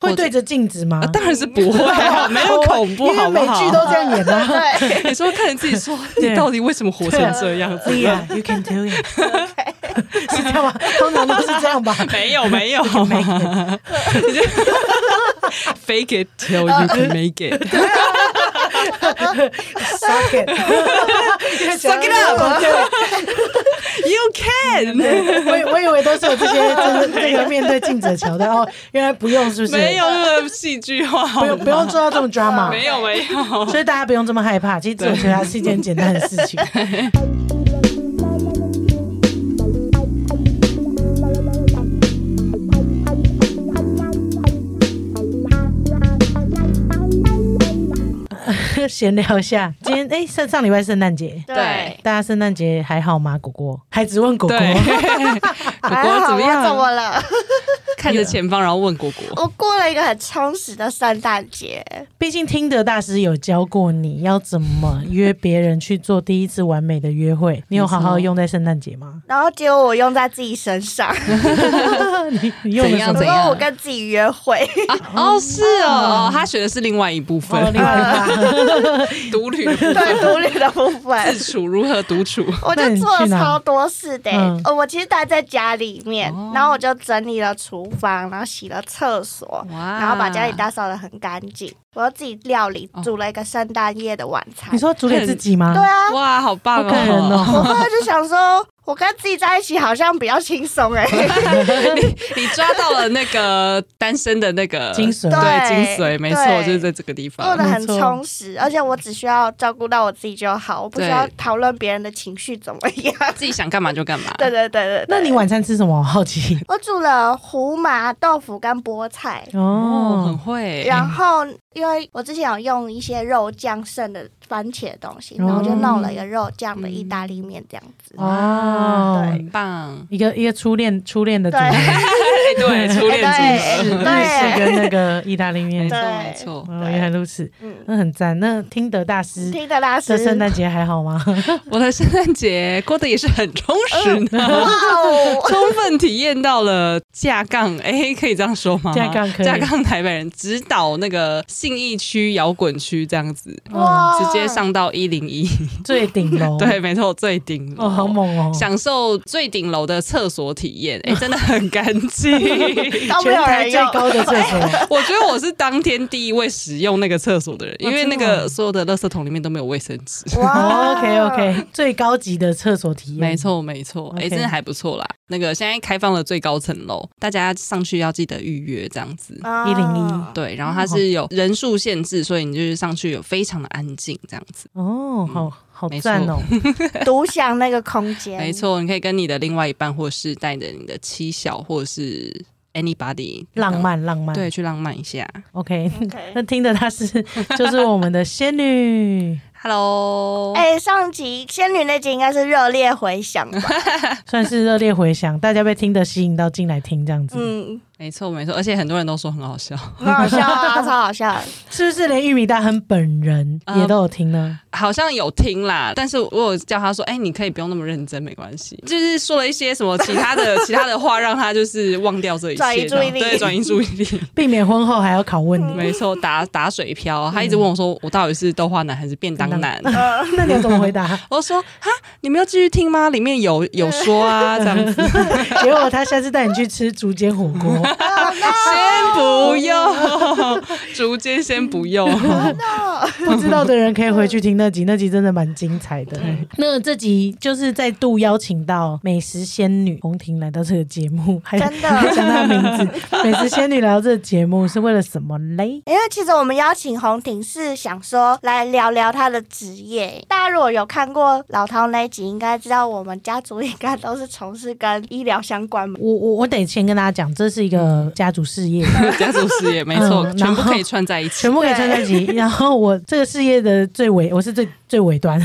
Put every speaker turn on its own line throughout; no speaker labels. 会对着镜子吗
啊？当然是不会啊，没有恐怖，
嗯因为
好不
美剧
好？
都这样演的、啊。
对，
你说看着自己说，你到底为什么活成这样子？
Leah, you can do it，是这样吗？通常都是这样吧。
没有没 有，你就 fake it till you can make it。
Suck it，suck
it
up。对，
You can，
我以我以为都是有这些，就是这个面对镜子的桥段哦，原来不用，是不是？
没有，那个戏剧化，
不用，不用做到这么 drama。
没有没有，
所以大家不用这么害怕，其实自我觉察是一件简单的事情。 闲聊一下，今天哎、上上礼拜圣诞节，
对，
大家圣诞节还好吗？果果还只问果 果，
对，
哎
果
还
果
好
怎么
哎我怎
样？
么了？
看着前方，然后问果果，
哦
我过了一个很充实的圣诞节。
毕竟听得大师有教过你要怎么约别人去做第一次完美的约会，你有好好用在圣诞节吗？
然后结果我用在自己 身上，
你你用了什么
怎？
然
样
后我跟自己约会，
哦，是哦，哦他学的是另外一部分
哦，另外一个
独旅的部分，
对独立的部分，
自处如何独处，
我
那
就
你
做
去
了
哪
超多事的、
嗯
哦我其实待在家里面，
哦
然后我就整理了厨房，然后洗了厕所，
哇
然后把家里打扫的很干净，我又自己料理，
哦
煮了一个圣诞夜的晚餐。
你说煮给自己吗？
对啊，
哇，好棒
好感人
哦！
我
哦！
后来就想说，我跟自己在一起好像比较轻松哎、
你抓到了那个单身的那个
精髓
对
对
精髓，没错，
对
就是在这个地
过
方
得。很
没错
充实，而且我只需要照顾到我自己就好，我不需要
对
讨论别人的情绪怎么样。
自己想干嘛就干嘛，
对对对对对
那你晚餐吃什么？我好奇
我煮了胡麻豆腐跟菠菜，
哦，很
哦。
会。
然后因为我之前有用一些肉酱剩的番茄的东西，
哦
然后就弄了一个肉酱的
嗯
意大利面这样子。
哦，
很棒，
一个一个初恋初恋的主
对
题
哎，对，初恋
哎
组
是
合，
日
对
式跟那个意大利面
没错，
对
没错。
哦，原来如此，
嗯，
那很赞。那听得大师
听得大
这
师，
圣诞节还好吗？
我的圣诞节过得也是很充实
哇
嗯
呢，
哦，
充分体验到了架杠，哎，可以这样说吗？
架杠可以
架杠台北人指导那个信义区摇滚区这样子，
哇，
嗯
啊
直接上到一零一，
最顶楼，
对，，没错，最顶楼
哦，好猛哦，
享受最顶楼的厕所体验， 哎、真的很干净。
都没
全
有
台
人
最
用。
高的厕 所，
我觉得我是当天第一位使用那个厕所的人，因为那
哦真的吗嗯
个所有的垃圾桶里面都没有卫生纸。
哇
OK OK，最高级的厕所体验，
没，错，没错，哎、
OK
真的还不错啦。那个现在开放了最高层楼，大家上去要记得预约这样子。
啊
101
对，然后它是
哦
有人数限制，所以你就是上去有非常的安静这样子。
哦，好好
没
赞
错
哦，
独享那个空间，
没。错，你可以跟你的另外一半，或是带着你的妻小，或者是 anybody
浪，漫浪漫，
对，去浪漫一下。
，OK，
OK
那听得大师就是我们的仙女。
Hello，
哎、上集仙女那集应该是热烈回响吧？
算是热烈回响，大家被听的吸引到进来听这样子，
嗯，
没错没错，而且很多人都说很好笑，
很好笑啊，超好笑的。
是不是连玉米大亨本人
呃
也都有听呢？
好像有听啦，但是我有叫他说，哎、你可以不用那么认真，没关系，就是说了一些什么其他的其他的话，让他就是忘掉这一切，
转移注意力
这样对，转移注意力，
避免婚后还要拷问你，
没错，打打水漂，他一直问我说，我到底是豆花男还是便当男？
那你要怎么回 答？
我说哈，你们要继续听吗？里面有有说啊，这样子，
结果他下次带你去吃竹间火 锅，
先不用，竹间先不用，
不知道的人可以回去听那集，那集真的蛮精彩的。那这集就是再度邀请到美食仙女红婷来到这个节目，还
真的
还讲她的名字，美食仙女来到这个节目是为了什么嘞？
因为其实我们邀请红婷是想说来聊聊她的职业。大家如果有看过老饕那一集，应该知道我们家族应该都是从事跟医疗相关的。
我我我得先跟大家讲，这是一
嗯
个家族事 业，
家族事业没错，
嗯然
全部
后
可以串在一起
全。部可以串在一起。然后我这个事业的最尾，我是最最尾端，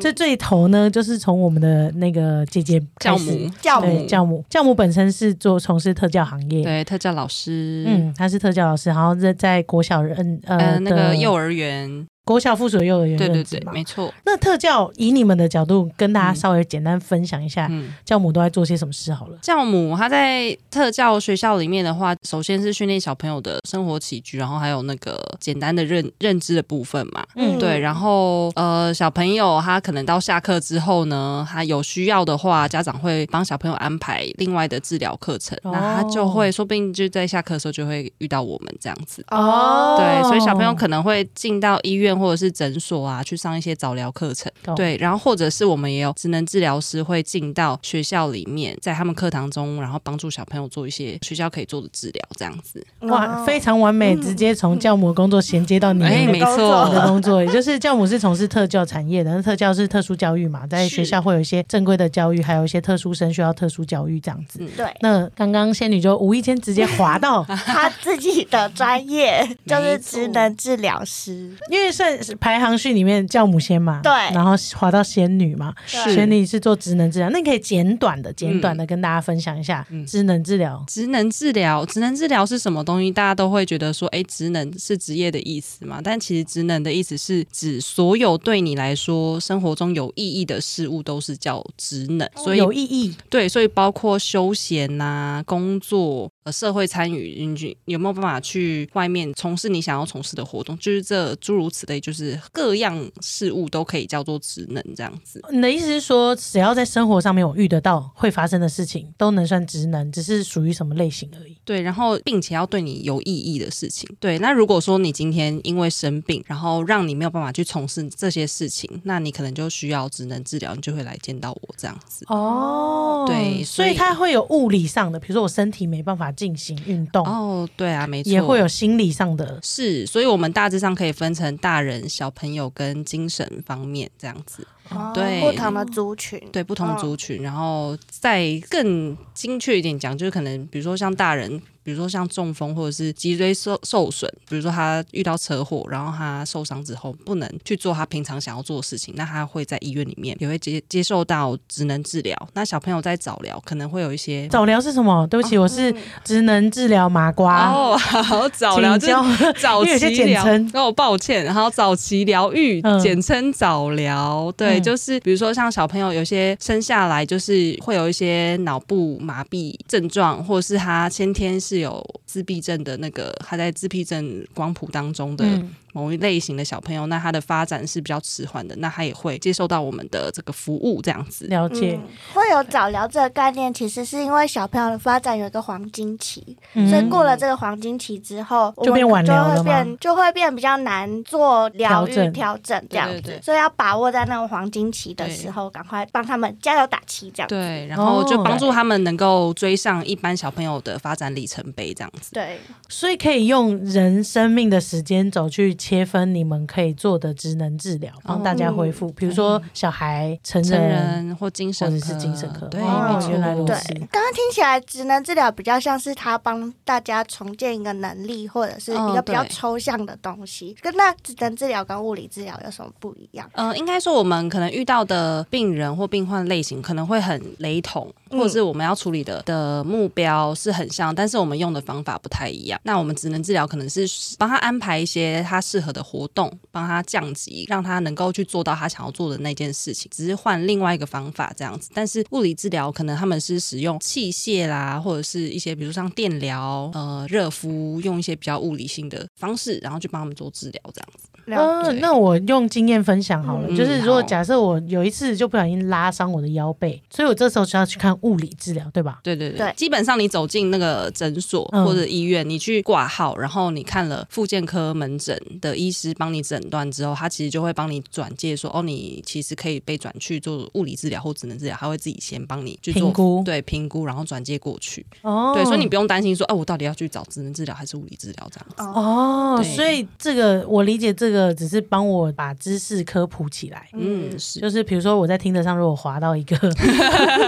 最最头呢，就是从我们的那个姐姐
教
开
母
始，，
教母
对教母，教母本身是做从事特教行业，嗯
对特教老师，
嗯，她是特教老师，然后在在国小人呃
呃，那个
的
幼儿园
国小附属幼儿园
对对
任职
对，
嘛。
没错，
那特教以你们的角度跟大家稍微简单分享一下，
嗯。
教母都在做些什么事好了。
教母他在特教学校里面的话，首先是训练小朋友的生活起居，然后还有那个简单的认认知的部分嘛。
嗯
对，然后呃，小朋友他可能到下课之后呢，他有需要的话，家长会帮小朋友安排另外的治疗课程，
哦
那他就会说不定就在下课的时候就会遇到我们这样子。
哦
对，所以小朋友可能会进到医院或者是诊所啊，去上一些早疗课程。
懂
对，然后或者是我们也有职能治疗师会进到学校里面，在他们课堂中，然后帮助小朋友做一些学校可以做的治疗，这样子。
哇，非常完美，
嗯
直接从教母的工作衔接到你们
哎，
的
没
工作
的
错，
工作，也就是教母是从事特教产业的，那特教是特殊教育嘛，在
是
学校会有一些正规的教育，还有一些特殊生需要特殊教育这样子。
嗯
对
那刚刚仙女就无意间直接滑 到，
他自己的专业 就是职能治疗师，
因为算是排行序里面教母先嘛，
对
然后滑到仙女嘛，
对
仙女是做职能治疗，那你可以简短的、简短的
嗯
跟大家分享一下职能治疗。
职能治疗，职能治疗是什么东西？大家都会觉得说，哎，职能是职业的意思嘛？但其实职能的意思是指所有对你来说生活中有意义的事物都是叫职能，所以
有意义，
对，所以包括休闲呐、工作、呃、社会参与，你去有没有办法去外面从事你想要从事的活动？就是这诸如此类，就是各样事物都可以叫做职能这样子。
你的意思是说，只要在生活上面我遇得到会发生的事情，都能算职能，只是属于什么类型而已。
对，然后并且要对你有意义的事情。对，那如果说你今天因为生病，然后让你没有办法去从事这些事情，那你可能就需要职能治疗，你就会来见到我这样子。
哦
对
所
所
以
以
它会有物理上的，比如说我身体没办法进行运动，
哦，对啊，没错，
也会有心理上的。
是，所以我们大致上可以分成大人、小朋友跟精神方面这样子，
哦
对
不同的族群，
对不同族群，然后再更精确一点讲，就是可能比如说像大人。比如说像中风或者是脊椎受受损，比如说他遇到车祸，然后他受伤之后不能去做他平常想要做的事情，那他会在医院里面也会接接受到职能治疗。那小朋友在早疗可能会有一些
早疗是什么？对不起，我是职能治疗麻瓜。
嗯哦，好早疗
啊请
就是
教
早
因为有些
期
简
疗
称，
哦，抱歉，然后早期疗愈，
嗯
简称早疗，对，
嗯
就是比如说像小朋友有些生下来就是会有一些脑部麻痹症状，或者是他先天是有自闭症的那个，他在自闭症光谱当中的
嗯
某一类型的小朋友，那他的发展是比较迟缓的，那他也会接受到我们的这个服务这样子，
了
嗯
解，
会有早疗这个概念，其实是因为小朋友的发展有一个黄金期，
嗯
所以过了这个黄金期之后，我
就
们
变晚
就
疗了
会
吗
变就会变比较难做疗
调
愈
整
调整这样
对
子
对，
所以要把握在那个黄金期的时候，赶快帮他们加油打气这样子。
对，然后就
哦
帮助他们能够追上一般小朋友的发展里程碑这样子。
对，
所以可以用人生命的时间轴去切分你们可以做的职能治疗，帮大
哦
家恢复，比如说小孩、成
成
人。
人或精
或
神
者
科，
是精神科，
对，
哦
没错，
原来如
对
此。
刚刚听起来，职能治疗比较像是他帮大家重建一个能力，或者是一个
哦
比较
对
抽象的东西。跟那职能治疗跟物理治疗有什么不一样？
呃，应该说我们可能遇到的病人或病患类型可能会很雷同，
嗯
或者是我们要处理的的目标是很像，但是我们用的方法不太一样。那我们职能治疗可能是帮他安排一些他适合的活动，帮他降级，让他能够去做到他想要做的那件事情，只是换另外一个方法这样子。但是物理治疗可能他们是使用器械啦，或者是一些比如像电疗、呃热敷，用一些比较物理性的方式，然后去帮他们做治疗这样子。
了
嗯，那我用经验分享好了，
嗯
就是如果
好
假设我有一次就不小心拉伤我的腰背，所以我这时候就要去看物理治疗，对吧？
对对对，
对
基本上你走进那个诊所
嗯
或者医院，你去挂号，然后你看了复健科门诊的医师帮你诊断之后，他其实就会帮你转介说，哦，你其实可以被转去做物理治疗或职能治疗，他会自己先帮你去做
评估
对评估，然后转接过去。
哦
对，所以你不用担心说，哦、我到底要去找职能治疗还是物理治疗这样。
哦，
对
所以这个我理解，这个只是帮我把知识科普起来。
嗯，是。
就是比如说我在听得上，如果滑到一个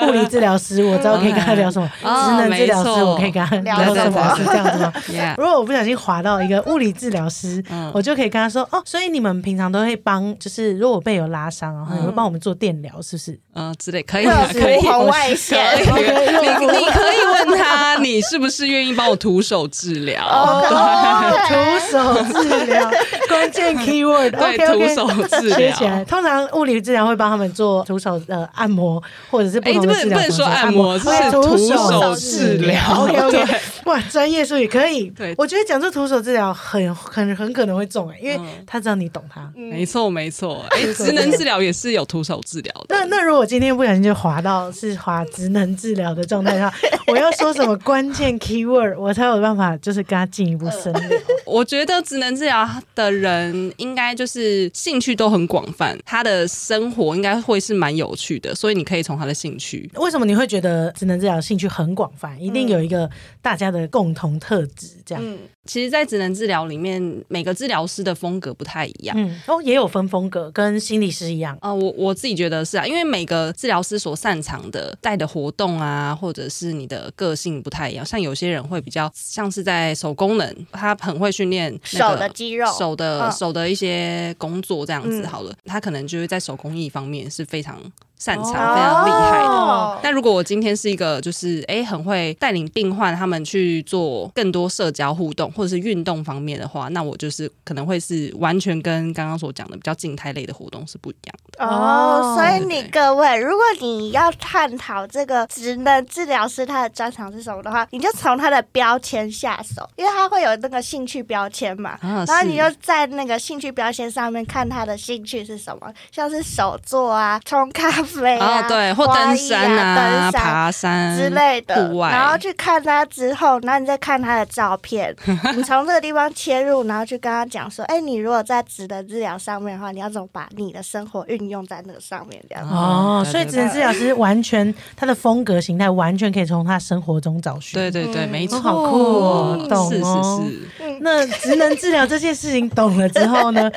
物理治疗师，我知道可以跟他聊什么；
哦
职能治疗师，
没错
我可以跟他聊
聊
什
什
么，
么
是这样子吗？
嗯 Yeah
如果我不小心滑到一个物理治疗师，
啊嗯
我就可以跟他说哦，所以你们平常都会帮，就是如果我背有拉伤，然后你会帮我们做电疗，是不是？
嗯、之类 可以
热
啊可以
敷，红外线，
可以你你可以问他，你是不是愿意帮我徒手治疗？
哦
哦，
对
徒手治 疗，关键 keyword，
对
OK，OK
徒手治
学起来，
疗。
通常物理治疗会帮他们做徒手呃按摩，或者是不
哎，
同
不
的
能
治疗
不能
方式。
说按
摩，
摩，
哦
是
徒
徒
手
手
治
治
疗
疗。
OK OK，
对
哇，专业术语可以。
对
我觉得讲出徒手治疗很很很可能会中哎、因为
嗯
他知道你懂他。
没错没错。哎，职能治疗也是有徒手治疗的。
那那如果今天不小心就滑到是滑职能治疗的状态的话， 我要说什么关键 keyword，我才有办法就是跟他进一步深聊。
我觉得职能治疗的人应该就是兴趣都很广泛，他的生活应该会是蛮有趣的，所以你可以从他的兴趣。
为什么你会觉得职能治疗兴趣很广泛？一定有一个大家的共同特质，这样。嗯
嗯，
其实，在职能治疗里面，每个治疗师的风格不太一样。
哦，也有分风格，跟心理师一样。
啊、我我自己觉得是啊，因为每个治疗师所擅长的带的活动啊，或者是你的个性不太一样。像有些人会比较像是在手功能，他很会训练、那
手
个、
的肌肉，
手的、
嗯
手的一些工作这样子
嗯
好了，他可能就是在手工艺方面是非常擅长、
哦
非常厉害的。
哦
但如果我今天是一个就是诶很会带领病患他们去做更多社交互动或者是运动方面的话，那我就是可能会是完全跟刚刚所讲的比较静态类的活动是不一样的。
哦，所以你
对
各位，如果你要探讨这个职能治疗师他的专长是什么的话，你就从他的标签下手，因为他会有那个兴趣标签嘛。
啊
然后
是
你就在那个兴趣标签上面看他的兴趣是什么，像是手作啊、冲咖啡啊、
哦对，或
花
登
艺
山
啊、登山
爬山
之类的
户，外
然后去看他之后，然后你再看他的照 片，你从这个地方切入，然后去跟他讲说，哎，你如果在职能治疗上面的话，你要怎么把你的生活运用在那个上面？这样，
哦
哦，
所以职能治疗师完全他的风格形态完全可以从他生活中找寻。
对，对对，
嗯
没
哦
错，
好酷哦懂
是
哦
是是。
那职能治疗这件事情懂了之后 呢？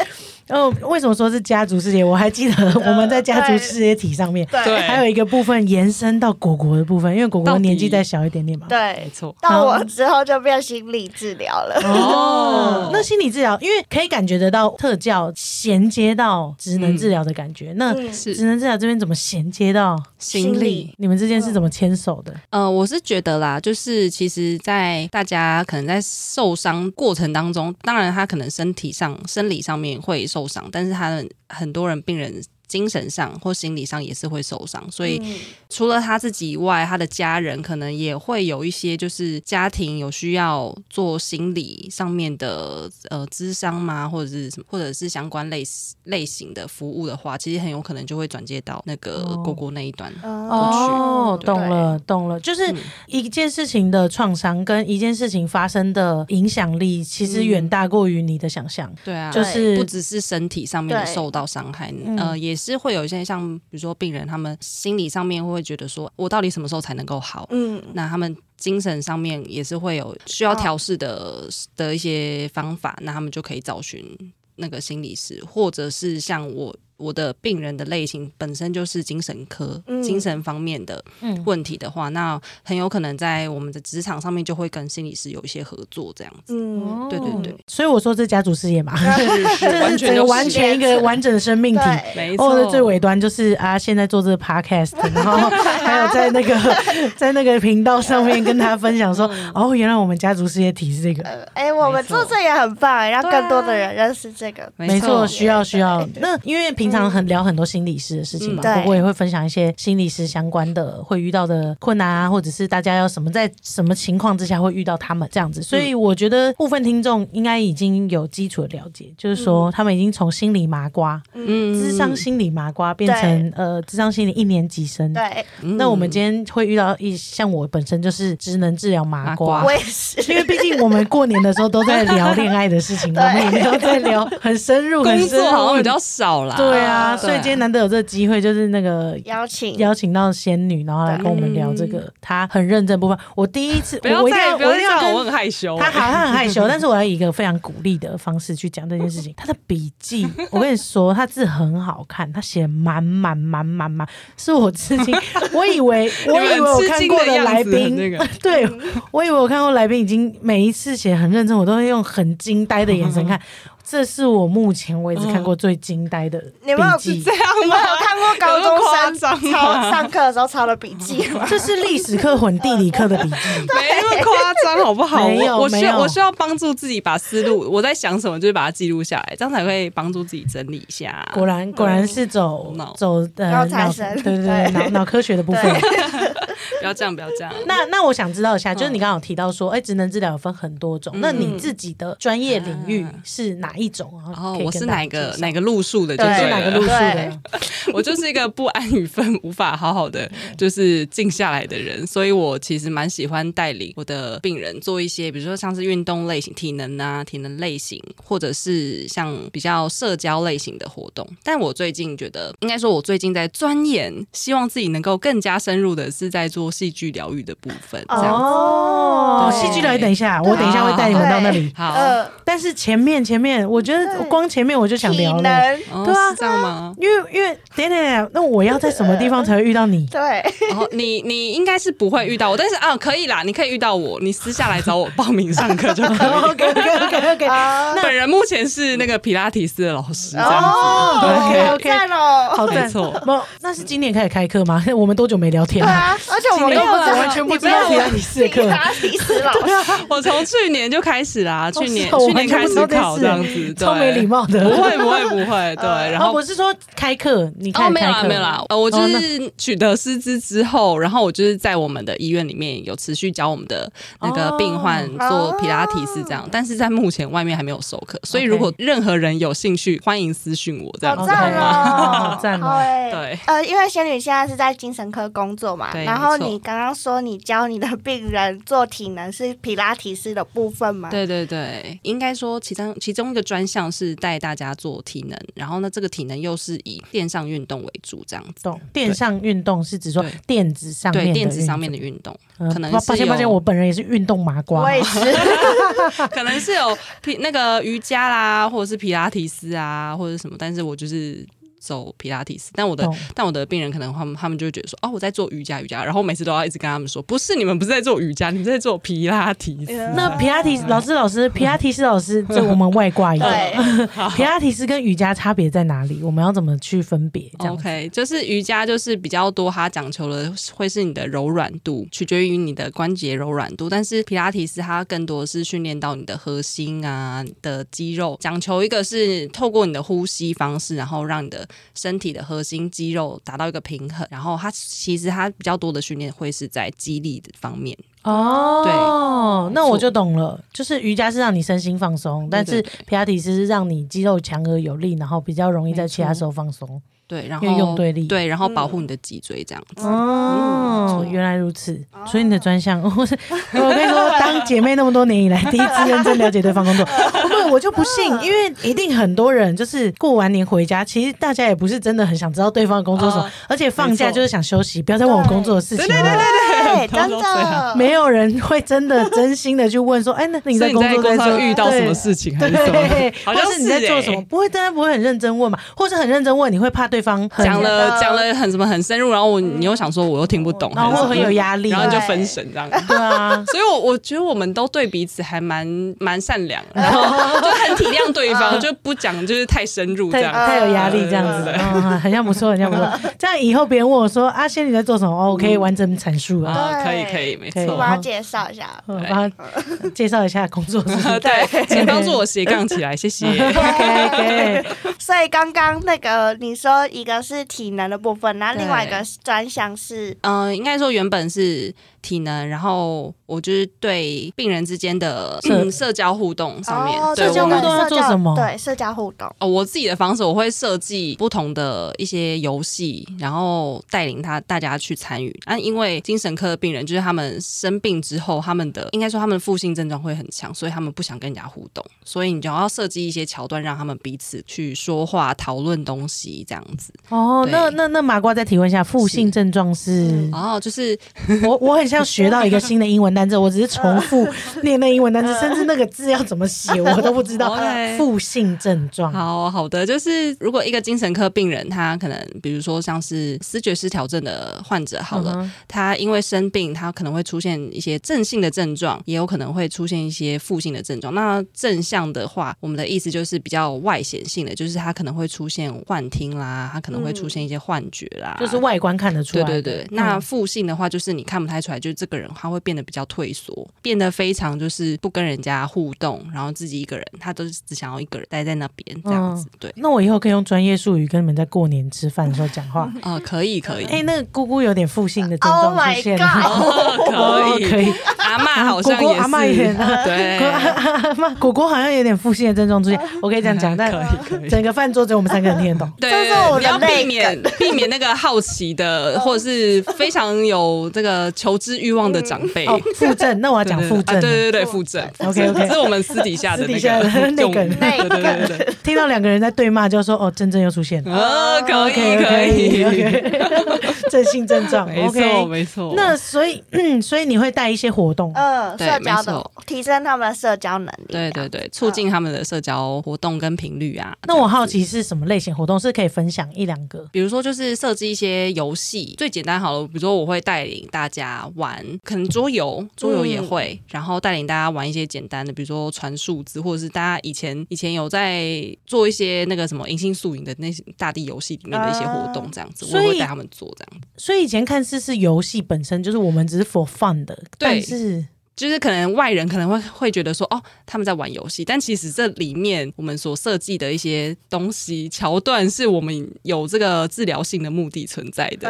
哦，为什么说是家族事业？我还记得我们呃在家族事业体上面，
对
还有一个部分延伸到果果的部分，因为果果
到底
年纪再小一点点嘛。
没
对，
错，
到我之后就变心理治疗了。
哦，那心理治疗，因为可以感觉得到特教衔接到职能治疗的感觉。那
嗯
职能治疗这边怎么衔接到？
心
心
力
力
你们之间是怎么牵手的？
呃，我是觉得啦，就是其实，在大家可能在受伤过程当中，当然他可能身体上、生理上面会受伤，但是他们很多人病人。精神上或心理上也是会受伤，所以
嗯
除了他自己以外，他的家人可能也会有一些，就是家庭有需要做心理上面的呃咨商吗，或者是什么，或者是相关类似类型的服务的话，其实很有可能就会转接到那个
哦
果果那一端。
哦，
对
懂了，懂了，就是
嗯
一件事情的创伤跟一件事情发生的影响力，其实远大过于你的想象。
对啊，
就是
不只是身体上面的
对
受到伤害
嗯，
呃，也是会有一些像比如说病人，他们心理上面会觉得说，我到底什么时候才能够好？
嗯，
那他们精神上面也是会有需要
哦
调试的、的一些方法，那他们就可以找寻那个心理师，或者是像我我的病人的类型本身就是精神科、
嗯
精神方面的
嗯
问题的话，那很有可能在我们的职场上面就会跟心理师有一些合作这样子。
嗯，
对对对，
哦所以我说这家族事业嘛， 这是
完全
整个
就是
完全一个完整的生命体。
对，
没
哦，
错，
的最尾端就是啊，现在做这个 podcast，然 后还有在那个在那个频道上面跟他分享说，
嗯
哦，原来我们家族事业体是这个，
呃，哎，我们
没错
做这也很棒，哎让
对啊
更多的人认识这个。
没错，需要需要
对。对
那因为平常很聊很多心理师的事情嘛，
嗯
对
我我也会分享一些心理师相关的会遇到的困难啊，或者是大家要什么在什么情况之下会遇到他们这
嗯
样子。所以我觉得部分听众应该已经有基础的了解，就是说他们已经从心理麻瓜、
嗯
智商心理麻瓜变成呃智商心理一年级生。
对，
嗯
那我们今天会遇到一像我本身就是职能治疗麻瓜，
麻
我也是。
因为毕竟我们过年的时候都在聊恋爱的事情，我
对
们也没有在聊很深入、很
工
深
作好
入
像比。较少啦。
对啊，
对啊
所以今天难得有这个机会，就是那个
邀请，
邀请到仙女，然后来跟我们聊这个她很认真的部分。我第一次，
嗯不
我
要
我一定
再
要，
不要
我一
再
定
这
要
样，我
跟
很害羞。
她好，她很害羞，但是我要以一个非常鼓励的方式去讲这件事情。她的笔记，我跟你说，她字很好看，她写满满满满满，是我至今，我以为我以为我看过的来宾，
那个
对，我以为我看过来宾已经每一次写很认真，我都会用很惊呆的眼神看。这是我目前为止看过最惊呆的
你们有
笔记
这。样
你
吗
们？有看过高
有那么夸
中
张吗
生抄上课的时候抄的笔记吗？
这是历史课混地理课的笔记。
没那么夸张，好不好？
没有
我我
没
需要
有
我需要帮助自己把思路，我在想什么，就是把它记录下来，这样才会帮助自己整理一下。
果然果然是走
脑
走
脑
呃
残
脑
神
对对对
对
脑脑科学的部分。
不要这样，不要这样。
那那我想知道一下，就是
嗯
你刚刚有提到说，哎，职能治疗有分很多种，那你自己的专业领域是哪一种啊？
然后
可以
啊哦我
跟
是
大
哪
家
个
介绍
哪个路数的，就
对
是
对
哪个
了
路数
对
的？
我就是一个不安于分、无法好好的
嗯
就是静下来的人，所以我其实蛮喜欢带领我的病人做一些，比如说像是运动类型、体能啊、体能类型，或者是像比较社交类型的活动。但我最近觉得，应该说我最近在钻研，希望自己能够更加深入的是在做戏剧疗愈的部分。这样，
哦，
对
戏剧疗愈，等一下，我等一下会带你们到那里。
好，
呃，
但是前面前面，我觉得
对
光前面我就想
体
聊了，
能
哦
对啊
是这样 吗？
因为因为等一下等一下，那我要在什么地方才会遇到你？
对，
然后哦你你应该是不会遇到我，但是啊，可以啦，你可以遇到我，你私下来找我报名上课就可以了。
OK OK OK OK，
啊
本人目前是那个皮拉提斯的老师，这样子。
哦，
对
好
OK
赞哦，
好赞
没错。
不，那是今年开始开课吗？ 我们多久没聊天
对
了？
啊，而且我们
没
都
有
不知
啊，
道
我完全不知
你
道
不
提
要
拉
我
提斯的课。
拉提斯老师，
我从去年就开始啦，去年
哦是哦
去年开始考
我完全不知道这件事
这样子，对
超没礼貌的
不会不会不会，对，然
哦，
后。
我是说开课，你开
哦，
始
没有
开
啦，
课
没有啦，呃，我就
哦那
是取得师资之后，然后我就是在我们的医院里面有持续教我们的那个病患做皮拉提斯这样，但是在目前外面还没有授课，所以
OK
如果任何人有兴趣，欢迎私讯我这样
好
子，
OK
好
赞
吗？
好
哦，
赞哦
好欸
对，
呃，因为仙女现在是在精神科工作嘛，
对
然后
没错
你刚刚说你教你的病人做体能是皮拉提斯的部分嘛？
对对对，应该说其中其中一个专项是带大家做体能，然后呢，这个体能又是以电上运动为主这样子。
懂电上运动是指说
对
电子上面
对
的
电子上面
运
的运动，
动，呃
可能
抱
是
抱歉抱歉，
有
我本人也是运动麻瓜哦
我。也是，
可能是有皮那个瑜伽啦，或者是皮拉提斯啊，或者什么，但是我就是走皮拉提斯。但我的
懂
但我的病人可能他们他们就会觉得说，哦，我在做瑜伽瑜伽，然后我每次都要一直跟他们说，不是你们不是在做瑜伽，你们在做皮拉提斯。
那皮拉 提老师老师皮拉提斯老师，这我们外挂一 个。
对，
皮拉提斯跟瑜伽差别在哪里？我们要怎么去分别？这样子
OK，就是瑜伽就是比较多，它讲求的会是你的柔软度，取决于你的关节柔软度。但是皮拉提斯它更多是训练到你的核心啊你的肌肉，讲求一个是透过你的呼吸方式，然后让你的身体的核心肌肉达到一个平衡。然后它其实它比较多的训练会是在肌力的方面。
哦，
对
那我就懂了，就是瑜伽是让你身心放松，但是
对
皮拉提斯是让你肌肉强而有力，然后比较容易在其他时候放松。
对，然
因为用
后
对力
对，然后保护你的脊椎这样子。
哦
没，错
原来如此，
哦
所以你的专项， 我是我跟你说，当姐妹那么多年以来，第一次认真了解对方 工作，不，我就不信，
嗯
因为一定很多人就是过完年回家，其实大家也不是真的很想知道对方的工作是什么
啊，
而且放假
没错
就是想休息，不要再问我工作的事情了。
很
对，
多
真
都这
的
样
没有人会真的真心的去问说，哎， 那你
所
在
以你
工
在
作
工
在
作
做
上遇到什么
对
事情还是什么
对，？
好
或
像
是你在
欸
做什么？不会，大家不会很认真问嘛，或是很认真问，你会怕对方很
讲
觉
了
得
讲了很什么很深入，然后我你又想说我又听不懂，
然后
还是
会很有压力，
然后你就
对
分神这样。
对啊，
所以我，我觉得我们都对彼此还蛮蛮善良，然后就很体谅对 方，就不讲就是太深入这
太
样。
太有压力这样子，
对对
嗯，很像不错，很像不 错。这样以后别人问我说啊，仙女在做什么，
嗯
哦，我可以完整阐述啊。
啊，可以
对
可以，没
可以
我
错
吧。
帮他介绍一下。
啊
我
哎
帮他介绍一下工作是不 是
对，请帮助我斜杠起来，谢谢。
？OK OK，
所以刚刚那个你说一个是体能的部分，然后另外一个专项是
嗯，应该说原本是体能，然后我就是对病人之间的
社
嗯社交互动上面，
哦
对
社交
我
互
们
动要做什么
对，社交互动。
哦，我自己的方式，我会设计不同的一些游戏，然后带领他大家去参与。啊，因为精神科的病人，就是他们生病之后，他们的应该说他们的负性症状会很强，所以他们不想跟人家互动，所以你就要设计一些桥段，让他们彼此去说话、讨论东西这样子。
哦，
对嗯
那那那麻瓜再提问一下，负性症状是？
然后就是
我我很像学到一个新的英文单词，我只是重 复念那英文单词，甚至那个字要怎么写我都不知道。
嗯 OK
负性症状，
好好的，就是如果一个精神科病人，他可能比如说像是思觉失调症的患者，好了，
嗯哼
他因为生病，他可能会出现一些正性的症状，也有可能会出现一些负性的症状。那正向的话，我们的意思就是比较外显性的，就是他可能会出现幻听啦，他可能会出现一些幻觉啦，
就是外观看得出
对
来。嗯
对对，那负性的话，就是你看不太出来，就是这个人他会变得比较退缩，变得非常就是不跟人家互动，然后自己一个人，他都是只想要一个人待在那边这样子。对，
那我以后可以用专业术语跟你们在过年吃饭的时候讲话。
哦、可以可以，
哎，那个姑姑有点负性的症状
Oh my
出现
God
哦
哦 可
可
以，
以。
阿嬷好像
果果
也
阿嬷也
是，对，
妈，果果好像有点负性的症状出现，我可以这样 讲，但
可以。
整个饭桌只有我们三个人听得懂。
对，
这是我的
你要
泪
避免 避免那个好奇 的，或者是非常有这个求知欲望的长辈。
哦，附赠，那我要讲
对对
附
啊
赠
对。对对，附赠。
OK，OK
这是我们私底下的那
私底下的
个
那个
用语对对对对对。
听到两个人在对骂，就说哦，真正又出现了。
呃，可以
OK，
可以
OK，正 性症状
没错
，OK。
没错。
那所以，嗯，所以你会带一些活动，
嗯，
对
社交
没
的
错
提升他们的社交能力。
对对对，促进他们的社交活动跟频率啊。
那我好奇是什么类型活动，是可以分享一两个。
比如说，就是设计一些游戏，最简单好了。比如说，我会带领大家玩，可能桌游，桌游
嗯
也会，然后带领大家玩一些简单的，比如说传数字，或者是大家以前以前有在做一些那个什么迎新宿营的那些大地游戏里面的一些活动，这样子，
啊所
我
以
也会带他们做这样。
所以以前看似是游戏本身，就是我们只是 for fun 的，但是
就是可能外人可能会会觉得说，哦，他们在玩游戏，但其实这里面我们所设计的一些东西桥段，是我们有这个治疗性的目的存在的。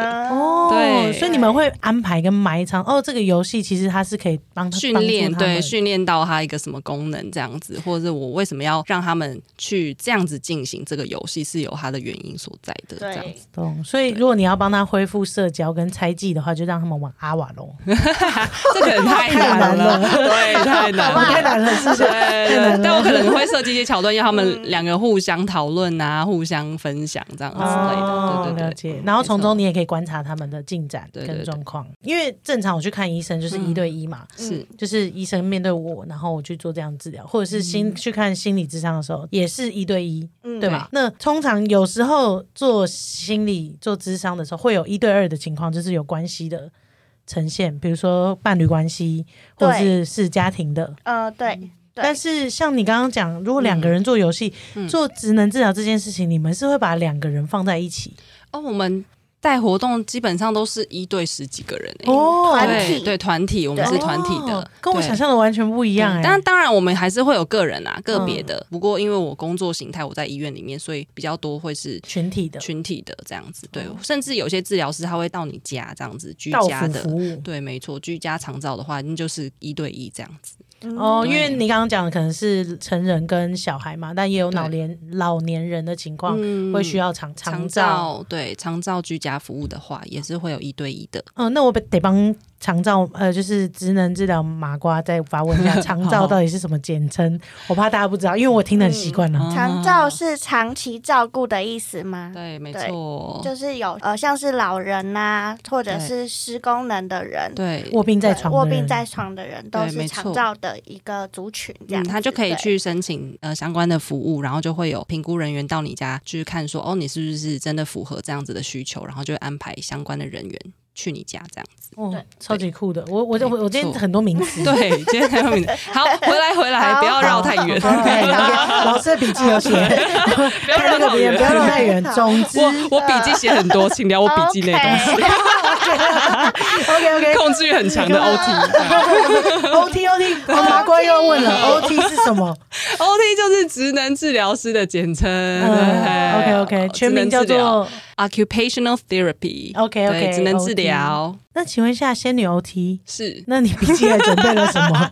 哦，
哦，
对
所以你们会安排跟埋藏哦，这个游戏其实它是可以帮他
训
帮助
练
他
对
们
训练到他一个什么功能这样子，或者是我为什么要让他们去这样子进行这个游戏，是有它的原因所在的。这样
对，
懂。所以如果你要帮他恢复社交跟猜忌的话，就让他们玩阿瓦隆，
这可能太难了， 对，太难 了，
太难了，是不是？
对
难了
但我可能会设计一些桥段，要他
嗯
们两个互相讨论啊，互相分享这样之类的。对对对，
哦了解。然后从中你
没
也可以观察他们的进展
对对
跟
对嗯
状况，因为正常我去看医生就是一对一嘛，
错
嗯
是
就是医生面对我，然后我去做这样治疗，或者是心、
嗯
去看心理智商的时候也是一对一，
嗯
对吧？那通常有时候做心理做智商的时候，会有一对二的情况，就是有关系的呈现，比如说伴侣关系，或者是是家庭的。
呃，对，对
但是像你刚刚讲，如果两个
嗯
人做游戏、做职能治疗这件事情，你们是会把两个人放在一起
哦，我们带活动基本上都是一对十几个人、欸，
哦
团
对
体
对，团体，我们是团体的
哦，跟我
对
想。象的完全不一
一
样嗯哎、
但当然我们还是会有个人啊，个别的。不过因为我工作形态，我在医院里面，所以比较多会是
群体的
群体的这样子。对，甚至有些治疗师他会到你家这样子居
哦到
家
府
的
服，务。
对，没错，居家长照的话，那就是一对一这样子。
嗯
哦，
对
因为你刚刚讲的可能是成人跟小孩嘛，但也有老年老年人的情况、
嗯
会需要长长
长
照。
照对长照居家服务的话，也是会有一对一的。
嗯、那我得帮长照呃，就是职能治疗麻瓜再发问一 下，长照到底是什么简称？我怕大家不知道，因为我听得很啊习惯
嗯
了。
长照是长期照顾的意思吗？
对，没错，
就是有呃，像是老人呐、或者
对
是失功能的人，
对，
卧病在
对
床的
卧
人，
病在床的人都
对
是
没错
长照的一个族群，这
嗯，
样子、
他就可以
对
去申请呃相关的服务，然后就会有评估人员到你家去看说，哦，你是不是真的符合这样子的需求，然后就会安排相关的人员去你家这样子。
哦
对，
超级酷的。我我我我今天
没错
很多名词。
对，今天很有名。好，回来回来，
好
不要绕太远。
好好
哦对， 老师的笔记有写，看 那个别人不要绕太远。总之
我我笔记写很多，请聊我笔记内的东西。
，OK OK
控制欲很强的 OT，OT
OT OT，麻瓜又问了，OT 是什么？
就是职能治疗师的简称。
嗯，OK OK，全名叫做
occupational therapy。
OK，OK，
对职能
OT
治疗
那请问一下，仙女 OT，
是
那你笔记还准备了什么？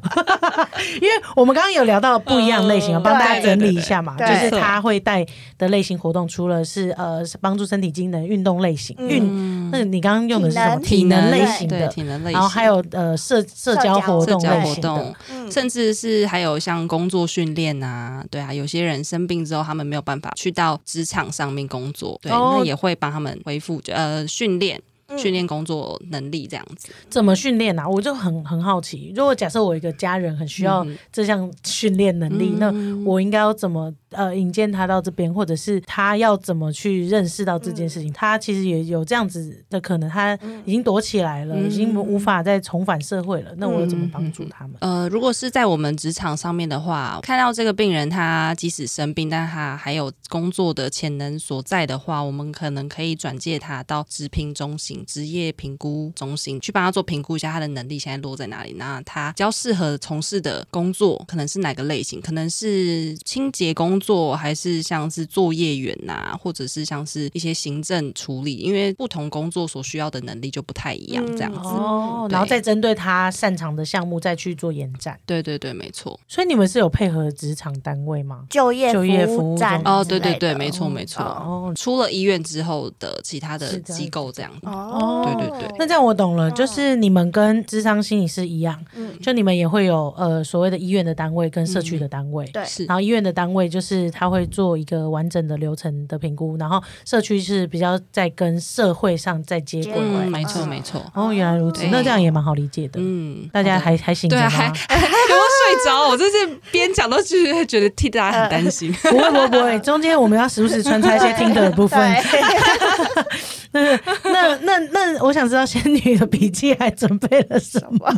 因为我们刚刚有聊到不一样类型，
嗯
我帮大家整理一下嘛，就
对对
是
对
对
他会带的类型活动，除了是呃是帮助身体机能运动类型，运那你刚刚用的是什么？
体
体能类型
对
的，
体能类型，
然后还有呃社社交活
社
动
交
类
活
型的
动。，甚至是还有像工作训练啊，对啊，有些人生病之后，他们没有办法去到职场上面工作，对，
哦
嗯
那也会帮他们恢复，就呃，训练。训练工作能力这样子。
怎么训练啊？我就很很好奇，如果假设我一个家人很需要
嗯
这项训练能力，
嗯
那我应该要怎么呃引荐他到这边，或者是他要怎么去认识到这件事
嗯
情？他其实也有这样子的可能，他已经躲起来了，
嗯
已经无法再重返社会了。那我要怎么帮助他们？
呃，如果是在我们职场上面的话，看到这个病人他即使生病，但他还有工作的潜能所在的话，我们可能可以转介他到职评中心、职业评估中心去帮他做评估一下他的能力现在落在哪里。那他比较适合从事的工作可能是哪个类型？可能是清洁工作，还是像是作业员呐、或者是像是一些行政处理，因为不同工作所需要的能力就不太一样，这样子。
哦，
嗯对
然后再针对他擅长的项目再去做延展。
对对对，没错。
所以你们是有配合职场单位吗？
就业
就业服务
站
中
哦，
之
对对
类
对，
的
没错没错。
哦
出了医院之后的其他
是
的
的
机构这样。
哦，
对
对对
那这样我懂
哦
了，就是你们跟智商心理师一样，
嗯
就你们也会有呃所谓的医院的单位跟社
嗯
区的单位。
对
是
然后医院的单位就是他会做一个完整的流程的评估，然后社区是比较在跟社会上在接轨。
嗯
嗯，没错
嗯
没错。
哦，原来如此，
对
那这样也蛮好理解的。
嗯，
大家
好的
还还行
对
着
啊，
吗？
还 有没有睡着？我这是边讲都觉得觉得替大家很担心。
不会不会不会，中间我们要时不时穿插一些听的部分。
对
那 那那那，我想知道仙女的笔记还准备了什么？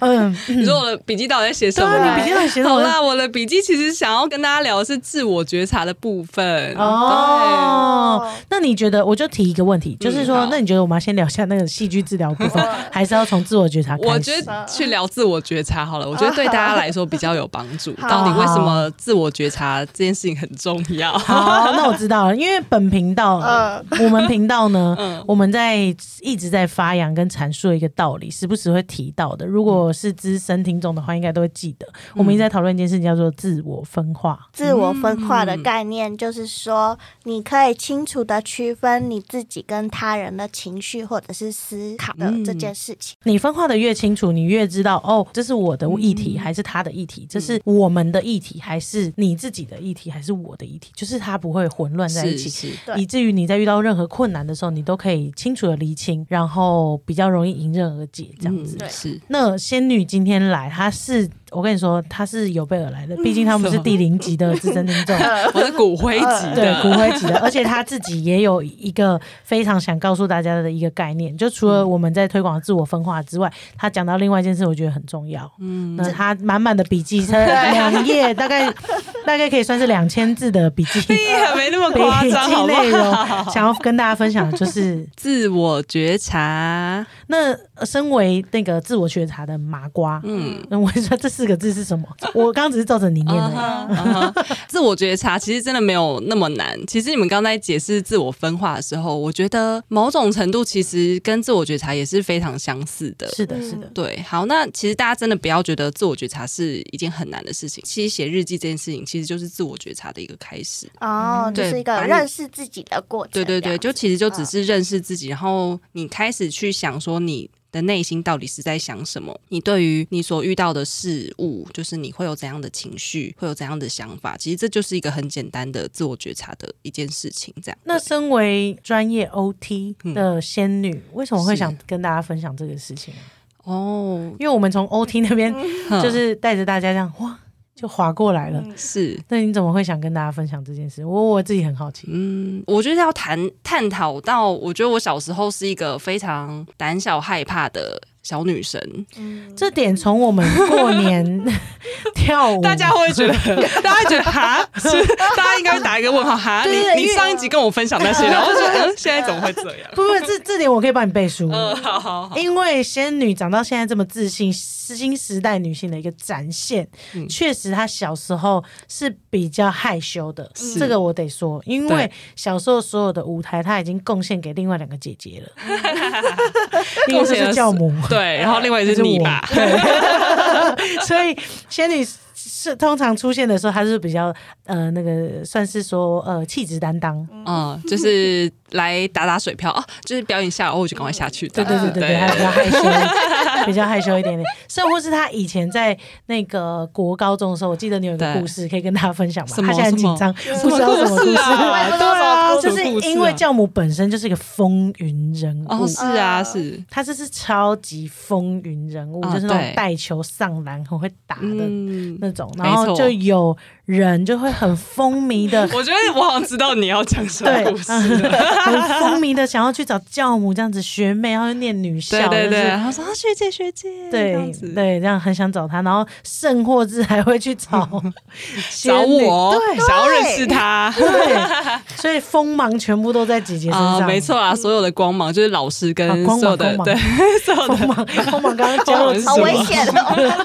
嗯，
你说我的笔记到底在写什
对
么
啊，
呢？
你笔记到底写什
好
么？
啦，我的笔记其实想要跟大家聊的是自我觉察的部分。
哦
对，
那你觉得？我就提一个问题，就是说，
嗯好
那你觉得我们要先聊一下那个戏剧治疗部 分，还是要从自我觉察开始？哦
我觉得去聊自我觉察好了，我觉得对大家来说比较有帮 助。到底为什么自我觉察这件事情很重 要？
好，那我知道了，因为本频道，
嗯
我们频道呢，
嗯
我们在一直在发扬跟阐述一个道理，时不时会提到的。如
嗯
果是资深听众的话，应该都会记得，我们一直在讨论一件事情，叫做自我分化。
自我分化
嗯
的概念就是说，你可以清楚的区分你自己跟他人的情绪或者是思考的
嗯
这件事情。
你分化的越清楚，你越知道哦，这是我的
嗯
议题、还是他的议题，这是我们的议题还是你自己的议题还是我的议题，就是它不会混乱在一
是
起。
是，
对
以至于你在遇到任何困难的时候，你都可以清楚的厘清，然后比较容易迎刃而解这样子。
嗯是。
那仙女今天来，她是我跟你说，她是有备而来的，毕竟 他们是第零级的资深听众，
我是骨灰级
对
的，
骨灰级的，而且她自己也有一个非常想告诉大家的一个概念，就除了我们在推广自我分化之外，她讲到另外一件事，我觉得很重要。嗯，那她满满的笔记，她两页大 概大概可以算是两千字的笔 记。
你也没那么
笔
夸张，
记
好不
内容
好？
想要跟大家分享的就是
自我觉察，
那呃身为那个自我觉察的麻瓜，嗯，我会说这四个字是什么？我刚刚只是照着你念
啊
的。
哈啊哈自我觉察其实真的没有那么难。其实你们刚才解释自我分化的时候，我觉得某种程度其实跟自我觉察也是非常相似的。
是的，是的，
对，好，那其实大家真的不要觉得自我觉察是一件很难的事情。其实写日记这件事情，其实就是自我觉察的一个开始。
嗯
哦，就
对
是一个
把你
认识自己的过程。
对对
这
对，
样
就其实就
嗯
只是认识自己，然后你开始去想说你的内心到底是在想什么，你对于你所遇到的事物，就是你会有怎样的情绪，会有怎样的想法，其实这就是一个很简单的自我觉察的一件事情。这样，
那身为专业 OT 的仙女，为什么会想跟大家分享这个事情啊？
哦，
因为我们从 OT 那边
哼
嗯就是带着大家这样哇，就划过来了。
是
那你怎么会想跟大家分享这件事？我我自己很好奇。
嗯，我觉得要谈探讨到，我觉得我小时候是一个非常胆小害怕的小女生，
这点从我们过年跳舞，
大家会觉得， 大家会觉得哈，是大家应该会打一个问号哈。
嗯对对
你你
因为
上一集跟我分享 那些，然后我就觉得嗯，现在怎么会这样？
不不，这这点我可以帮你背书。
嗯，好好好，
因为仙女长到现在这么自信，是新时代女性的一个展现。
嗯
确实，她小时候是比较害羞的，这个我得说，因为
对
小时候所有的舞台，她已经贡献给另外两个姐姐 了，另一个
贡献
是
了
教母。
对，然后另外一个
就是是
你
我
吧，
对，所以 仙女是通常出现的时候，她是比较呃那个算是说呃气质担当，
嗯，就是来打打水漂哦，就是表演下来，哦，我就赶快下去。
对对对对对，她比较害羞，比较害羞一点点。甚或是她以前在那个国高中的时候，我记得你有一个
对
故事可以跟大家分享吗？
什么
她现在很紧张，不知道什么故
什么故
事。
事啊
对啊， 就是因为
叫
教母本身就是一个风云人物。
哦，是啊，
嗯
是
她就是超级风云人物，
啊
就是那种
对
带球上篮很会打的
嗯。
那种，
没
然后
错，
就有人就会很风靡的
我觉得我好像知道你要讲什
对，
么
嗯
故 事了。
很风靡的想要去找教母这样子学妹，然后念女校，
对对
就
对，
是。
然后说啊学姐学姐，这样
对
子
对，这样很想找她，然后甚或是还会去找
找
仙女
我，哦
对
想要认识他。
对，所以锋芒全部都在姐姐身
啊、
上，
没错啊，所有的光芒就是老师
嗯啊
跟
光
所有
芒
的、
光芒
对 所有
锋
的
芒锋芒刚刚教 我
锋芒是
好
什么
危险哦！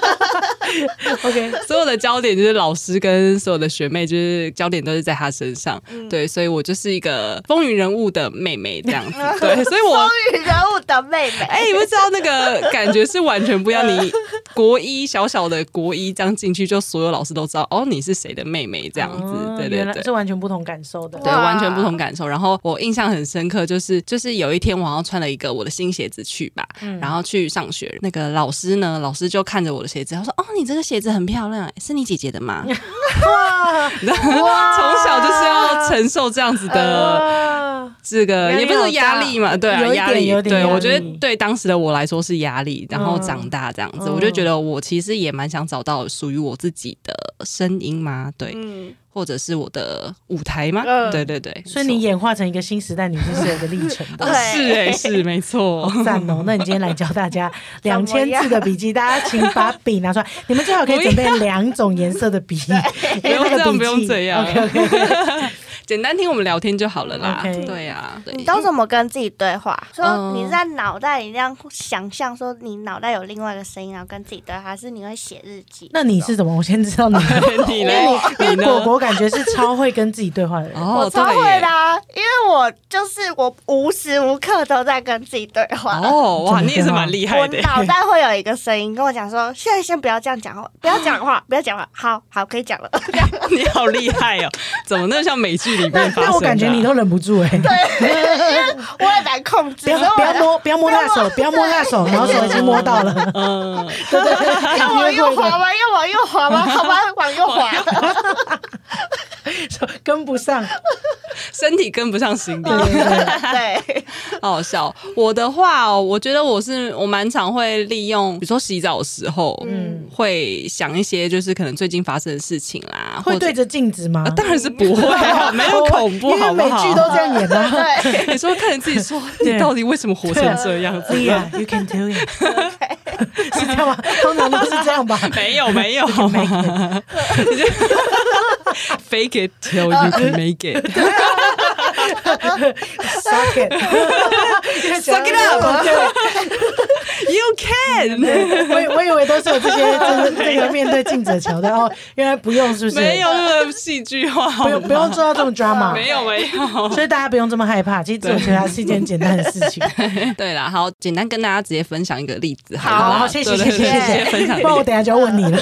，OK，
所有的焦点就是老师跟所有的学妹，就是焦点都是在他身上。
嗯
对，所以我就是一个风云人物的妹妹这样 子。对，所以我
风云人物的妹妹，
哎、你不知道那个感觉是完全不一样。 你国一小小的国一这样进去，就所有老师都知道哦，你是谁的妹妹 这样子。
哦
对对
原来
对。
是完全不同感受的，
对，
哇
完全不同感受。然后我印象很深刻，就是就是有一天我好像穿了一个我的新鞋子去吧，
嗯
然后去上学。那个老师呢，老师就看着我的鞋子，他说：“哦，你这个鞋子很漂亮，欸是你姐姐的吗？”
哇
你知道吗，从小就是要承受这样子的。
哇
这个
压力
也不是说压力嘛，对
有一
啊，
点
压力
有一，点
对
压力
我觉得对当时的我来说是压力。然后长大这样子，
嗯
我就觉得我其实也蛮想找到属于我自己的声音嘛，对，
嗯，
或者是我的舞台嘛，
嗯
对对对。
所以你演化成一个新时代女性是有一个历程的
没错。啊是哎、是没错，
赞哦！那你今天来教大 家
怎
两
么
千
样
字的笔记，大家请把笔拿出来。你们最好可以准备两种颜色的 笔，不
不用这样，不用这样
OK OK，
简单听我们聊天就好了啦。
OK
对啊，对
你，都怎么跟自己对话？说
嗯
你在脑袋里那样想象，说你脑袋有另外一个声音，然后跟自己对话，还是你会写日记？
那你是怎么？我先知道你。
你
因
呢
为？你，
你
因为
呢？
果果感觉是超会跟自己对话的人。
哦
我超
对
会
耶
的、啊，因为我就是我无时无刻都在跟自己对话。
哦，哇，
怎么
你也是蛮厉害
我
的耶。
脑袋会有一个声音跟我讲说：“现在先不要这样讲话，不要讲话， 不要讲话，好好可以 讲了。
你好厉害哦！怎么那像美剧里
那
面发生的啊、
那我感觉你都忍不住哎，”
我很难控制，
不
所以
要
啊
不
我
要摸不要摸他的 手，不要摸他的手，然后手已经摸到了，
嗯，
对对对，
要往右滑吗？要往右滑吗？好吧，往右滑。
手跟不上，
身体跟不上心理
对，对对，
对，
好好笑。我的话哦，我觉得我是我蛮常会利用，比如说洗澡的时候，
嗯，
会想一些就是可能最近发生的事情啦，
会
或者
对着镜子吗
啊？当然是不会 啊，没有恐怖，
因为
好不
每
好？
剧都这样演的。
对，
你说看着自己 说，
对啊
你到底为什么活成这样子？
Leah, you can do it. 是这样吗？通常都是这样吧。
没有没有
make
，fake it till you can make it。
Suck it.
Suck it up. You can，
我我以为都是有这些，就是这个面对镜子的桥段哦，原来不用，是不是？
没有，那么戏剧化，
不用不用做到这么 drama，
没有没有。
所以大家不用这么害怕。其实我觉得它是一件简单的事情。
对啦，好，简单跟大家直接分享一个例子了啦。
好，谢谢
对
谢
对
谢
对
谢
直接分享
谢，
一
不然
个
我
例子。
等一下就要问你了。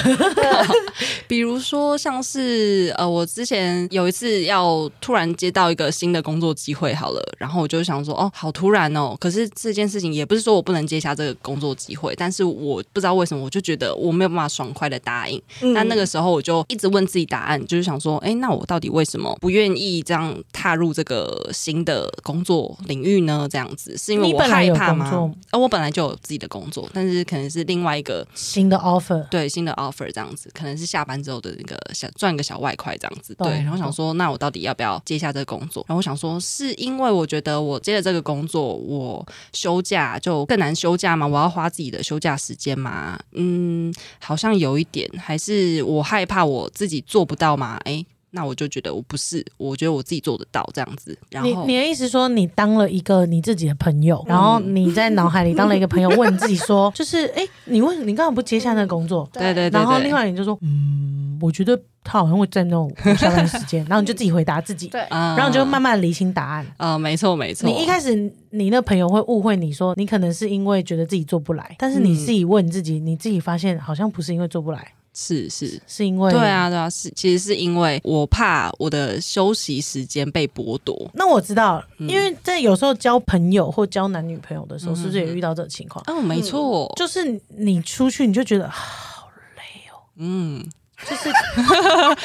比如说，像是呃，我之前有一次要突然接到一个新的工作机会，好了，然后我就想说，哦，好突然哦。可是这件事情也不是说我不能接下这个工作机会，但是我不知道为什么，我就觉得我没有办法爽快的答应。
嗯
那那个时候我就一直问自己答案，就是想说，哎、那我到底为什么不愿意这样踏入这个新的工作领域呢？这样子是因为
你
我
本来
害
有
怕
工
吗
作？
呃，我本来就有自己的工作，但是可能是另外一个
新的 offer，
对新的 offer 这样子，可能是下班之后的那个小赚个小外快这样子。
懂
对，然后想说，那我到底要不要接下这个工作？然后我想说，是因为我觉得我接了这个工作，我休假就更难休假吗？我要花自己的休假时间吗？嗯，好像有一点，还是我害怕我自己做不到吗？诶，那我就觉得我不是，我觉得我自己做得到这样子。然
你
后嗯
你的意思说，你当了一个你自己的朋友，然后你在脑海里当了一个朋友，问你自己 说，就是哎、诶你为你干嘛不接下那个工作？
对对对对，
然后另外你就说，嗯，我觉得他好像会占用我下班时 间，然后你就自己回答自己，
对，
嗯，
然后你就慢慢理清答案。
呃，没错没错，
你一开始，你那朋友会误会你说你可能是因为觉得自己做不来，但是你
嗯
自己问自己，你自己发现好像不是因为做不来，
是是。
是因为
对。啊，对啊，是，其实是因为我怕我的休息时间被剥夺。
那我知道了，
嗯
因为在有时候交朋友或交男女朋友的时候，是不是也遇到这个情况？
哦，没错，
就是你出去你就觉得啊好累哦，
嗯，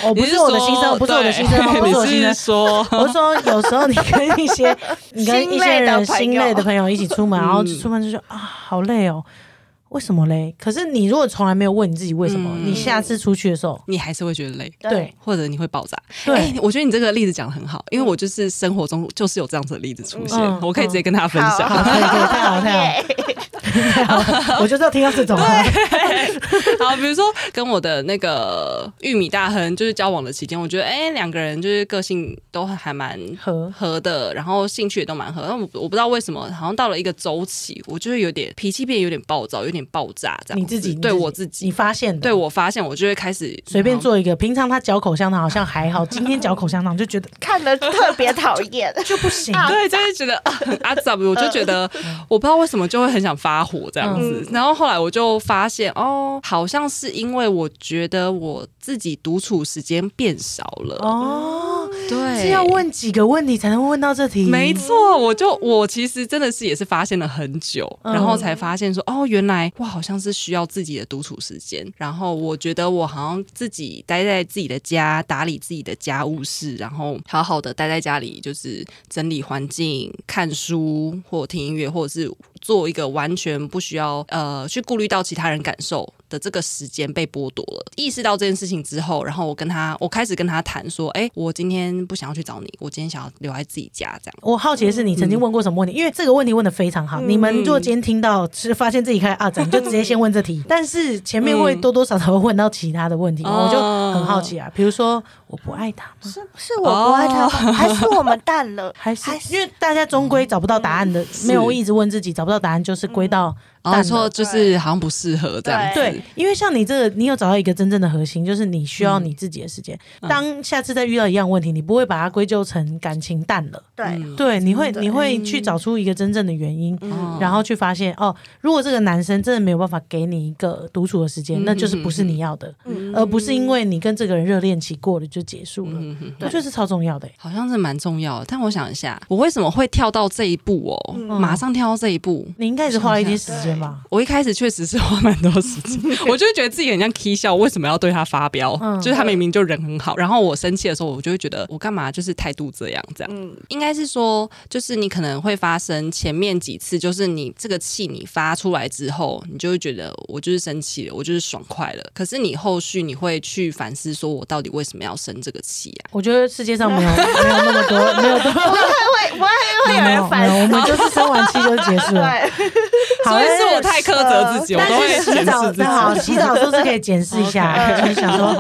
哦，不
你
是我的
说
心声，不是我的
对
心 声哦，不是我的心
你
声
是。说，
我是说，有时候你跟一些 你跟一些人
心
心
累
累
的
的朋友一起出门，
嗯
然后出门就说啊，好累哦，为什么嘞？可是你如果从来没有问你自己为什么，
嗯
你下次出去的时 候，
你还是会觉得累。
对
或者你会爆炸。哎、
对，
我觉得你这个例子讲的很好，因为我就是生活中就是有这样子的例子出现，
嗯
我可以直接跟大家分享。
好，可以，可以，太好，太好，
耶
太好，我就是要听到这种啊，
好，比如说跟我的那个玉米大亨就是交往的期间，我觉得哎，两、个人就是个性都还蛮
和
合的，然后兴趣也都蛮合。那我我不知道为什么，好像到了一个周期，我就是有点脾气变有点暴躁，有点爆炸这样子。
你自己，你
对我自己
你，发现的，
对我发现我就会开始嗯
随便。做一个，平常他嚼口香糖好像还好， 今天嚼口香糖就觉得
看得特别讨厌。
就不行，
啊
对，就是觉得 啊很阿杂，我就觉得
嗯
我不知道为什么就会很想发火这样子。然后后来我就发现，哦，好像是因为我觉得我自己独处时间变少了。
哦，
对，
是要问几个问题才能问到这题，
没错，我就我其实真的是也是发现了很久，
嗯
然后才发现说哦，原来我好像是需要自己的独处时间。然后我觉得我好像自己待在自己的家，打理自己的家务事，然后好好的待在家里，就是整理环境、看书或听音乐，或者是做一个完全不需要呃去顾虑到其他人感受的这个时间被剥夺了。意识到这件事情之后，然后我跟他，我开始跟他谈说，哎、我今天不想要去找你，我今天想要留在自己家这样。
我好奇的是，你曾经问过什么问
嗯
题？因为这个问题问的非常好。你们如果今天听到是发现自己开始二展，你就直接先问这 题。但是前面会多多少少会问到其他的问题，
哦
我就很好奇啊。比如说，我不爱他吗？
是是我不爱
哦
他吗，还是我们淡 了？
还是
还是
因为大家终
嗯
归找不到答案的，没有一直问自己找不到答案，就是归到
然后
淡
哦嗯说
了。
就是好像不适合这样子，
对，因为像你这个，你有找到一个真正的核心，就是你需要你自己的时间。当下次再遇到一样问题，你不会把它归咎成感情淡了，
对，
嗯
对，你会
真的
你会去找出一个真正的原因，
嗯
然后去发现哦，如果这个男生真的没有办法给你一个独处的时间，
嗯
那就是不是你要的，
嗯
而不是因为你跟这个人热恋期过了就结束了。
嗯哼
我觉得是超重要的、欸，
好像是蛮重要的。但我想一下，我为什么会跳到这一步哦？
嗯
马上跳到这一步。
你应该也是花了一点时间吧？
我一开始确实是花蛮多时间，我就会觉得自己很像 K 笑，为什么要对他发飙？
嗯
就是他明明就人很好，然后我生气的时候，我就会觉得我干嘛就是态度这样这样。
嗯
应该是说，就是你可能会发生前面几次，就是你这个气你发出来之后，你就会觉得我就是生气了，我就是爽快了。可是你后续你会去反思，说我到底为什么要生这个气啊？
我觉得世界上没有没有那么多，没有多，
会会会
没
有
有没有
人反
我
思。
哦
们就是生完气就结束了。
对，
好
所以是
但
我太苛责自己，我都会
但是洗澡，
自己。
好洗澡都是可以检视一 下，就是想说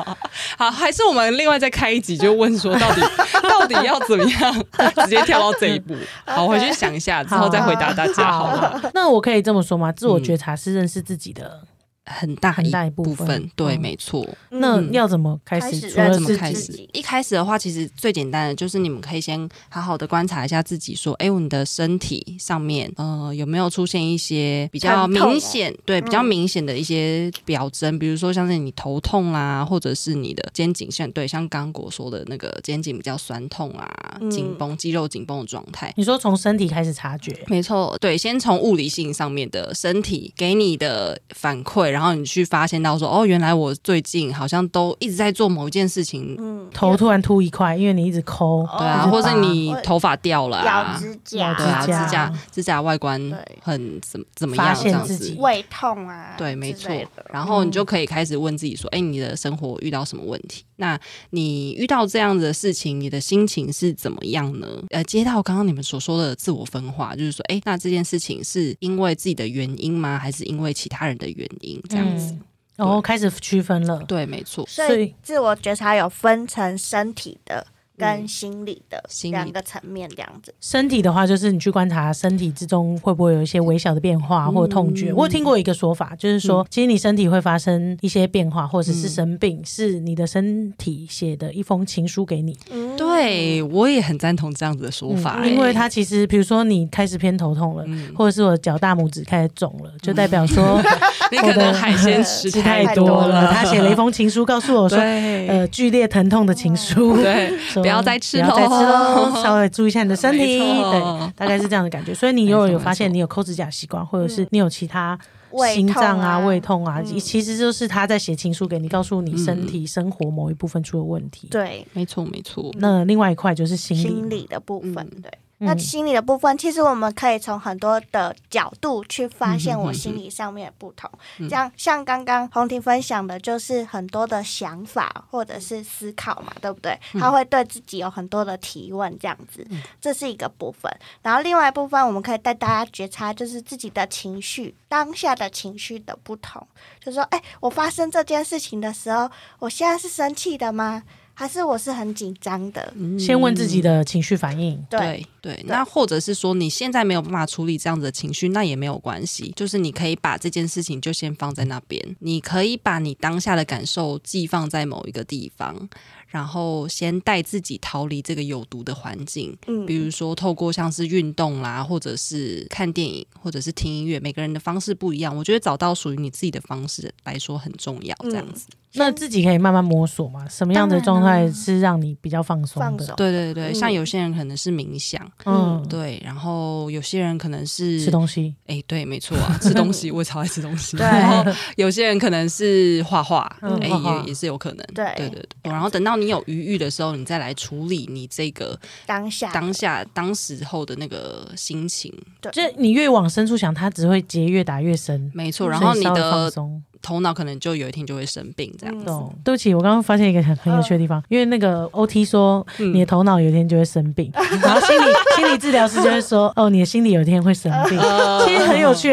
好，还是我们另外再开一集，就问说 到底到底要怎么样，直接跳到这一步。好，我回去想一下，之后再回答大家，好嗯吗？
好，那我可以这么说吗？自我觉察是认识自己的，
很大
很大
一
一部分
分，对，
嗯
没错。
那要怎么开
开始
始？除了
怎么
自
开
己
始
自己？
一开始的话，其实最简单的就是你们可以先好好的观察一下自己，说，哎、你的身体上面，呃，有没有出现一些比较
疼痛嗯
明显，对，比较明显的一些表征，比如说像是你头痛啦，或者是你的肩颈线，对，像刚果说的那个肩颈比较酸痛啊，
嗯
紧绷、肌肉紧绷的状态。
你说从身体开始察觉，
没错，对，先从物理性上面的身体给你的反馈，然后你去发现到说，哦，原来我最近好像都一直在做某一件事情，
嗯，
头突然秃一块，因为你一直抠，
哦
对啊，
哦
或是你头发掉了、
咬
啊，
指甲，
对啊，
指甲
指甲指甲外观
对
很怎么怎么
发
样这
现
样
自
子
己。
胃痛啊，
对，没
之
错
类的。
然后你就可以开始问自己说：“哎、你的生活遇到什么问题？那你遇到这样子的事情，你的心情是怎么样呢？”呃，接到刚刚你们所说的自我分化，就是说：“哎、那这件事情是因为自己的原因吗？还是因为其他人的原因？”这样子。
嗯，然后开始区分了。
对，没错。
所
所
以
以
自我觉察有分成身体的跟心理的
心理
两个层面，这样子。
身体的话，就是你去观察身体之中会不会有一些微小的变
嗯
化或痛觉。我有听过一个说法，就是说，其实你身体会发生一些变化，或者是生病，是你的身体写的一封情书给你。嗯
嗯，
对，我也很赞同这样子的说法、欸
因为它其实，比如说你开始偏头痛了，
嗯
或者 是我脚大拇指开始肿了，就代表 说
哎你可能海鲜 吃
吃
太
太
多
多
了，
了。他写了一封情书告诉我说，
对
呃，剧烈疼痛的情书，
对，
说
不要再吃
不要再吃
喽
喽，稍微注意一下你的 身体，
没错
对，大概是这样的感觉。所以你如果有发现你有抠指甲习惯，或者是你有其他
嗯胃
心脏
痛啊
胃痛啊，
嗯
其实就是他在写情书给你，告
嗯
诉你身体生活某一部分出了问题。
对
没错没错，
那另外一块就是心
心
理，
理的部分，对。
嗯
那心理的部分，其实我们可以从很多的角度去发现
嗯哼
我
嗯
心理上面的不同。
嗯
这样，像刚刚红婷分享的，就是很多的想法或者是思考嘛，对不对？
嗯
他会对自己有很多的提问，这样子，这是一个部分。然后另外一部分，我们可以带大家觉察，就是自己的情绪，当下的情绪的不同。就说，哎，我发生这件事情的时候，我现在是生气的吗？还是我是很紧张的？
先问自己的情绪反应。
对，
嗯对对，那或者是说你现在没有办法处理这样子的情绪，那也没有关系，就是你可以把这件事情就先放在那边，你可以把你当下的感受寄放在某一个地方，然后先带自己逃离这个有毒的环境，
嗯
比如说透过像是运动啦，或者是看电影，或者是听音乐，每个人的方式不一样，我觉得找到属于你自己的方式来说很重要，这样子。
那自己可以慢慢摸索嘛，什么样的状态是让你比较放松
啊放
的
手？
对对对，
嗯
像有些人可能是冥想，
嗯，
对，然后有些人可能是
吃东西，
哎、对，没错啊，吃东西，我也超爱吃东西。
对
然后有些人可能是画画，哎、
嗯画画
也也是有可能。
对
对对对然后等到你有余裕的时候，你再来处理你这个
当下
当下当时候的那个心情。
就是你越往深处想，它只会结越打越深。
没错，然后你
嗯所以稍微放
的
松，
头脑可能就有一天就会生病这样。
嗯
懂？对不起，我刚刚发现一个很很有趣的地方，因为那个 OT 说
嗯
你的头脑有一天就会生病，然后心理心理治疗师就会说哦，你的心理有一天会生病，其实很有趣，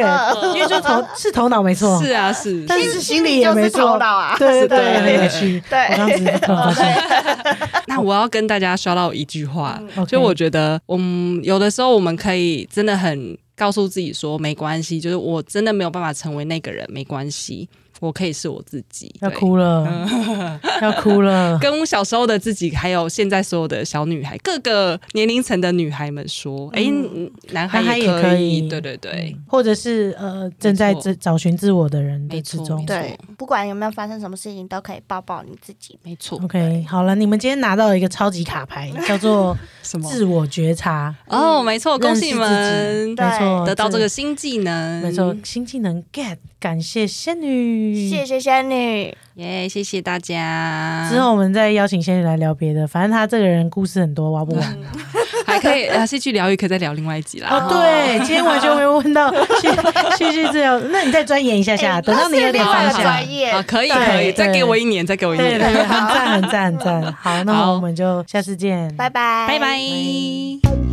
因为就头是头脑没错，
是啊，是。
但是心理也
就是
没
头
错，
脑啊，
对对
对
对，很有
对
趣。
对
我刚刚只是突然发 现，
那我要跟大家说到一句话，
OK
就我觉得，嗯，有的时候我们可以真的很告诉自己说，没关系，就是我真的没有办法成为那个人，没关系，我可以是我自己。
要
对
哭了，要哭了。
跟我小时候的自己，还有现在所有的小女孩，各个年龄层的女孩们说：“哎、男
男
孩
孩
也
也
可以，嗯
可以
对对对，
或者是呃，正在找找寻自我的人的
没
之
错
中
没。错
对，不管有没有发生什么事情，都可以抱抱你自己。
没错。
OK，好了，你们今天拿到一个超级卡牌，叫做
什么？
自我觉察。
哦，没错，恭喜你
认识自
们
己没错，
得到这个新技能，
没错，新技能 get，感谢仙女。
嗯谢谢仙女，
耶谢谢大家。
之后我们再邀请仙女来聊别的，反正她这个人故事很多，挖不完
嗯
啊。
还可以啊，戏剧疗愈可以再聊另外一集啦。
哦，对，今天完全没有问 到戏戏剧治疗，那你再钻研一下下，
哎
等到你有点
另
方
外一个
向
专。业
啊，可以
对
可
对
以，再给我一年，再给我一
对对，
年，
对很赞很赞很赞。好，那
好
我们就下次见，
拜拜，
拜拜。